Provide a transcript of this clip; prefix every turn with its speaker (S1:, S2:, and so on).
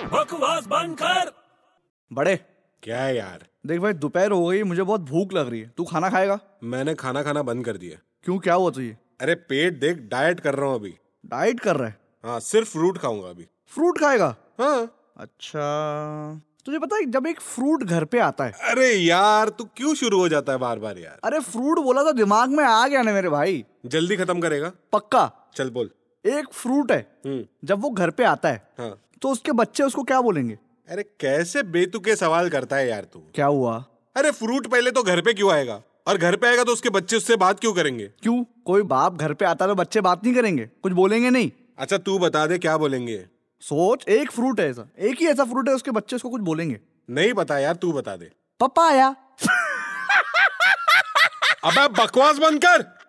S1: आवाज बंद कर
S2: बड़े
S3: क्या है यार
S2: देख भाई दोपहर हो गई मुझे बहुत भूख लग रही है तू खाना खाएगा
S3: मैंने खाना खाना बंद कर दिया
S2: क्यों क्या हुआ तुझे
S3: अरे पेट देख डाइट कर रहा हूँ अभी
S2: डाइट कर रहा है
S3: हाँ सिर्फ फ्रूट खाऊंगा अभी
S2: फ्रूट खाएगा
S3: हाँ
S2: अच्छा तुझे पता है जब एक फ्रूट घर पे आता है
S3: अरे यार तू क्यों शुरू हो जाता है बार बार यार
S2: अरे फ्रूट बोला तो दिमाग में आ गया ना मेरे भाई
S3: जल्दी खत्म करेगा
S2: पक्का
S3: चल बोल
S2: एक फ्रूट है
S3: हम्म
S2: जब वो घर पे आता है
S3: हाँ
S2: तो उसके बच्चे उसको क्या बोलेंगे
S3: अरे कैसे बेतुके सवाल करता है यार तू
S2: क्या हुआ
S3: अरे फ्रूट पहले तो घर पे क्यों आएगा और घर पे आएगा तो उसके बच्चे उससे बात क्यों करेंगे
S2: क्यों कोई बाप घर पे आता है तो बच्चे बात नहीं करेंगे कुछ बोलेंगे नहीं
S3: अच्छा तू बता दे क्या बोलेंगे
S2: सोच एक फ्रूट है ऐसा एक ही ऐसा फ्रूट है उसके बच्चे उसको कुछ बोलेंगे
S3: नहीं पता यार तू बता दे
S2: पपाया
S3: अबे बकवास बंद कर